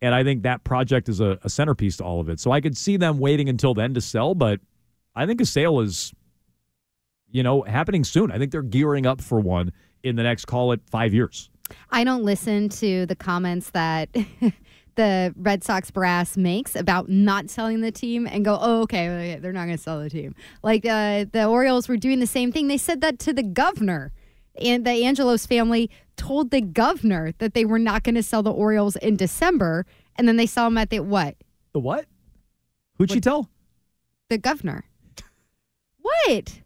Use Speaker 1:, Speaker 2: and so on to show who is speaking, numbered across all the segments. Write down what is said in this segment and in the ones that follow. Speaker 1: And I think that project is a, a centerpiece to all of it. So I could see them waiting until then to sell, but I think a sale is, you know, happening soon. I think they're gearing up for one in the next, call it five years.
Speaker 2: I don't listen to the comments that the Red Sox brass makes about not selling the team and go, oh, okay, they're not going to sell the team. Like uh, the Orioles were doing the same thing. They said that to the governor. And the Angelos family told the governor that they were not going to sell the Orioles in December. And then they saw him at the what?
Speaker 1: The what? Who'd she
Speaker 2: What-
Speaker 1: tell?
Speaker 2: The governor. What?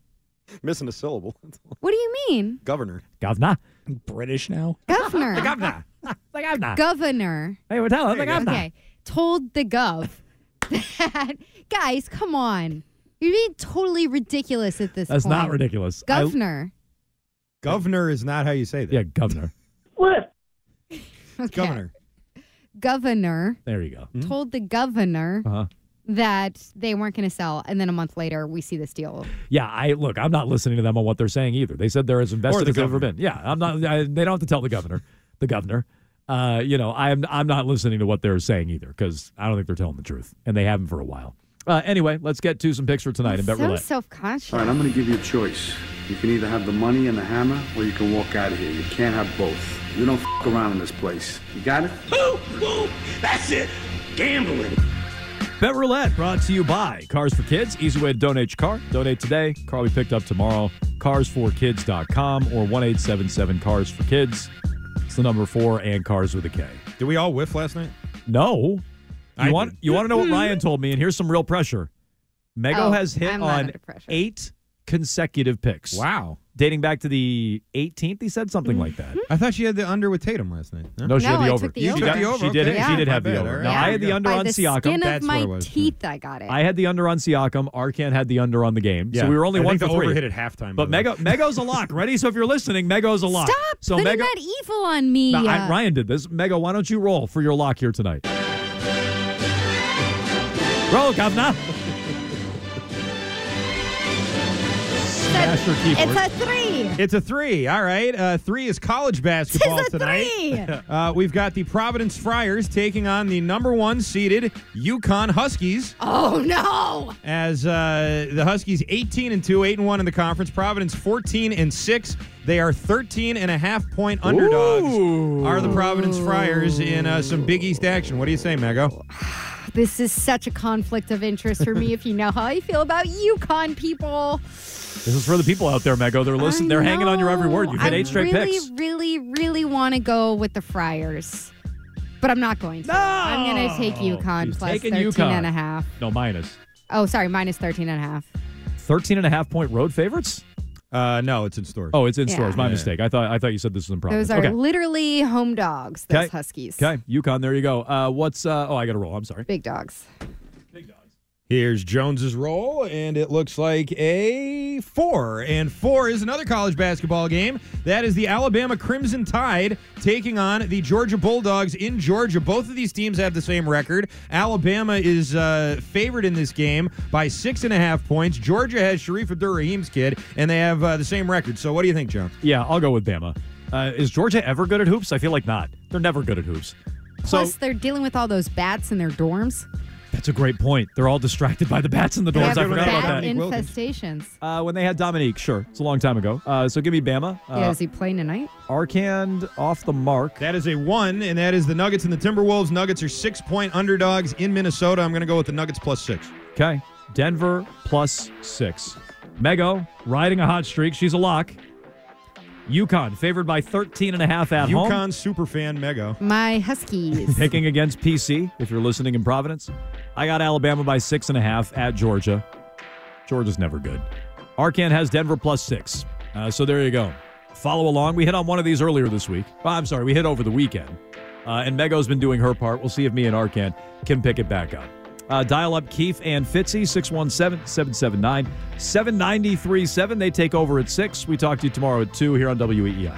Speaker 3: Missing a syllable.
Speaker 2: What do you mean?
Speaker 3: Governor.
Speaker 1: Governor.
Speaker 4: British now.
Speaker 2: Governor.
Speaker 1: Governor. the governor.
Speaker 2: governor.
Speaker 1: hey, we're telling the governor.
Speaker 2: Okay. Told the gov that guys, come on. You're being totally ridiculous at this
Speaker 1: That's
Speaker 2: point.
Speaker 1: not ridiculous. I-
Speaker 2: Governor.
Speaker 3: Governor is not how you say that.
Speaker 1: yeah, governor.
Speaker 2: Okay.
Speaker 3: Governor.
Speaker 2: Governor
Speaker 1: There you go.
Speaker 2: told the governor
Speaker 1: Hmm? Uh-huh.
Speaker 2: that they weren't going to sell, and then a month later we see this deal.
Speaker 1: Yeah, I look. I'm not listening to them on what they're saying either. They said they're as invested
Speaker 3: the
Speaker 1: as they've ever
Speaker 3: governor.
Speaker 1: been. Yeah, I'm not. I, they don't have to tell the governor. The governor. Uh, you know, I'm I'm not listening to what they're saying either because I don't think they're telling the truth, and they haven't for a while. Uh, anyway, let's get to some picks for tonight in Bet
Speaker 2: so
Speaker 1: Roulette.
Speaker 2: self-conscious.
Speaker 5: All right, I'm going to give you a choice. You can either have the money and the hammer, or you can walk out of here. You can't have both. You don't f- around in this place. You got it?
Speaker 1: Bet Roulette brought to you by Cars for Kids. Easy way to donate your car. Donate today. Car will be picked up tomorrow. Cars4kids.com or 1877 Cars for Kids. It's the number four and Cars with a K.
Speaker 3: Did we all whiff last night?
Speaker 1: No. You
Speaker 3: I
Speaker 1: want
Speaker 3: did.
Speaker 1: you want to know what Ryan told me, and here's some real pressure. Mego
Speaker 2: Mm-hmm. Oh,
Speaker 1: has hit
Speaker 2: I'm not
Speaker 1: on
Speaker 2: under pressure.
Speaker 1: eight consecutive picks.
Speaker 3: Wow.
Speaker 1: Dating back to the 18th, he said something like that.
Speaker 3: I thought she had the under with Tatum last night. No?
Speaker 1: No, she
Speaker 2: Mm-hmm. No,
Speaker 1: had the
Speaker 2: I took
Speaker 1: over.
Speaker 2: the You over.
Speaker 1: She,
Speaker 2: took
Speaker 3: the over,
Speaker 1: she did.
Speaker 3: okay.
Speaker 1: it. She
Speaker 2: Yeah.
Speaker 1: did have
Speaker 3: My
Speaker 1: the
Speaker 3: bad,
Speaker 1: over.
Speaker 3: all
Speaker 1: Now
Speaker 3: right.
Speaker 1: I had the
Speaker 3: Yeah.
Speaker 1: under
Speaker 2: By
Speaker 1: on
Speaker 2: the
Speaker 1: Siakam.
Speaker 2: skin of
Speaker 3: That's what
Speaker 2: my
Speaker 3: it was.
Speaker 2: teeth, I got it.
Speaker 1: I had the under on Siakam. Arcan had the under on the game. So we were only
Speaker 3: I
Speaker 1: one
Speaker 3: think
Speaker 1: for
Speaker 3: the
Speaker 1: three.
Speaker 3: over hit at halftime.
Speaker 1: But
Speaker 3: by the way.
Speaker 1: Mego, Mego's a lock. Ready? So if you're listening, Mego's a lock.
Speaker 2: Stop
Speaker 1: So
Speaker 2: putting
Speaker 1: Mego,
Speaker 2: that evil on me.
Speaker 1: No, I-
Speaker 2: Uh,
Speaker 1: Ryan did this. Mego, why don't you roll for your lock here tonight? Roll, Governor. Smash your keyboard.
Speaker 2: It's a three.
Speaker 3: It's a three. All right. Uh, three is college basketball
Speaker 2: It's a
Speaker 3: tonight.
Speaker 2: three.
Speaker 3: Uh, we've got the Providence Friars taking on the number one seeded Yukon Huskies
Speaker 2: oh no!
Speaker 3: as uh, the Huskies 18 and 2, 8 and 1 in the conference. Providence 14 and 6. They are 13 and a half point underdogs. Are the Providence Friars in uh, some Big East action? What do you say, Mego?
Speaker 2: This is such a conflict of interest for me. if you know how I feel about Yukon people.
Speaker 1: This is for the people out there, Mego. They're listening.
Speaker 2: I
Speaker 1: They're hanging on your every word. You've hit
Speaker 2: know.
Speaker 1: eight straight
Speaker 2: I
Speaker 1: picks.
Speaker 2: really, really, really want to go with the Friars, but I'm not going to.
Speaker 1: No!
Speaker 2: I'm going to take UConn
Speaker 1: She's
Speaker 2: plus
Speaker 1: taking
Speaker 2: 13
Speaker 1: UConn.
Speaker 2: and a half.
Speaker 1: No, minus.
Speaker 2: Oh, sorry, minus 13 and a half.
Speaker 1: 13 and a half point road favorites?
Speaker 3: Uh, no, it's in store.
Speaker 1: Oh, it's in
Speaker 2: Yeah.
Speaker 1: stores. My
Speaker 3: Yeah.
Speaker 1: mistake. I thought I thought you said this was in Providence.
Speaker 2: Those are
Speaker 1: okay.
Speaker 2: literally home dogs, those
Speaker 1: Okay.
Speaker 2: Huskies.
Speaker 1: Okay. Yukon, there you go. Uh, what's uh, oh I gotta roll. I'm sorry.
Speaker 2: Big dogs.
Speaker 3: Here's Jones's roll, and it looks like a four. And four is another college basketball game. That is the Alabama Crimson Tide taking on the Georgia Bulldogs in Georgia. Both of these teams have the same record. Alabama is uh, favored in this game by six and a half points. Georgia has Sharif Abdurrahim's kid, and they have uh, the same record. So, what do you think, Jones?
Speaker 1: Yeah, I'll go with Bama. Uh, is Georgia ever good at hoops? I feel like not. They're never good at hoops. So
Speaker 2: Plus, they're dealing with all those bats in their dorms.
Speaker 1: That's a great point. They're all distracted by the bats in the
Speaker 2: They
Speaker 1: doors.
Speaker 2: have
Speaker 1: I forgot about
Speaker 2: bat
Speaker 1: that.
Speaker 3: in- Wilkins.
Speaker 2: infestations.
Speaker 1: Uh, when they had Dominique, sure. It's a long time ago. Uh, so give me Bama. Uh,
Speaker 2: yeah, is he playing tonight?
Speaker 1: Arcand off the mark.
Speaker 3: That is a one, and that is the Nuggets and the Timberwolves. Nuggets are six point underdogs in Minnesota. I'm going to go with the Nuggets plus six.
Speaker 1: Okay. Denver plus six. Mego riding a hot streak. She's a lock. UConn favored by 13 and a half at home.
Speaker 3: UConn superfan Mego.
Speaker 2: My Huskies.
Speaker 1: Picking against PC, if you're listening in Providence. I got Alabama by six and a half at Georgia. Georgia's never good. Arcan has Denver plus six. Uh, so there you go. Follow along. We hit on one of these earlier this week. Well, I'm sorry, we hit over the weekend. Uh, and Mego's been doing her part. We'll see if me and Arcan can pick it back up. Uh, dial up Keefe and Fitzy, 617 779 7937. They take over at 6. We talk to you tomorrow at 2 here on E WEEI.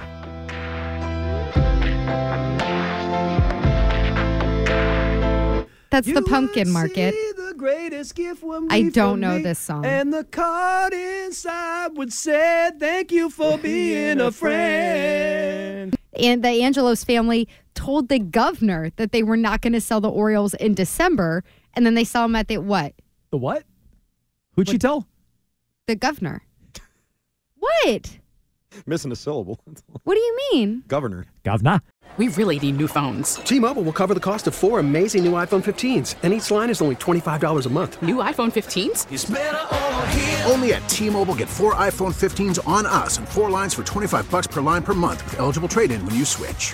Speaker 2: That's the
Speaker 1: You
Speaker 2: pumpkin
Speaker 1: would
Speaker 2: market.
Speaker 1: see the greatest gift when
Speaker 2: I
Speaker 1: we
Speaker 2: don't know
Speaker 1: formed
Speaker 2: this song.
Speaker 1: And the card inside would say, Thank you for being a friend.
Speaker 2: And the Angelos family told the governor that they were not going to sell the Orioles in December, and then they saw him at the what?
Speaker 1: The what? Who'd she tell?
Speaker 2: The governor. What?
Speaker 3: Missing a syllable.
Speaker 2: What do you mean?
Speaker 3: Governor.
Speaker 1: Gavna.
Speaker 4: We really need new phones.
Speaker 6: T-Mobile will cover the cost of four amazing new iPhone 15s, and each line is only $25 a month.
Speaker 4: New iPhone 15s?
Speaker 7: Only at T-Mobile, get four iPhone 15s on us and four lines for 25 bucks per line per month with eligible trade-in when you switch.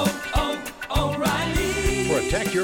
Speaker 8: Protect your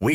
Speaker 9: We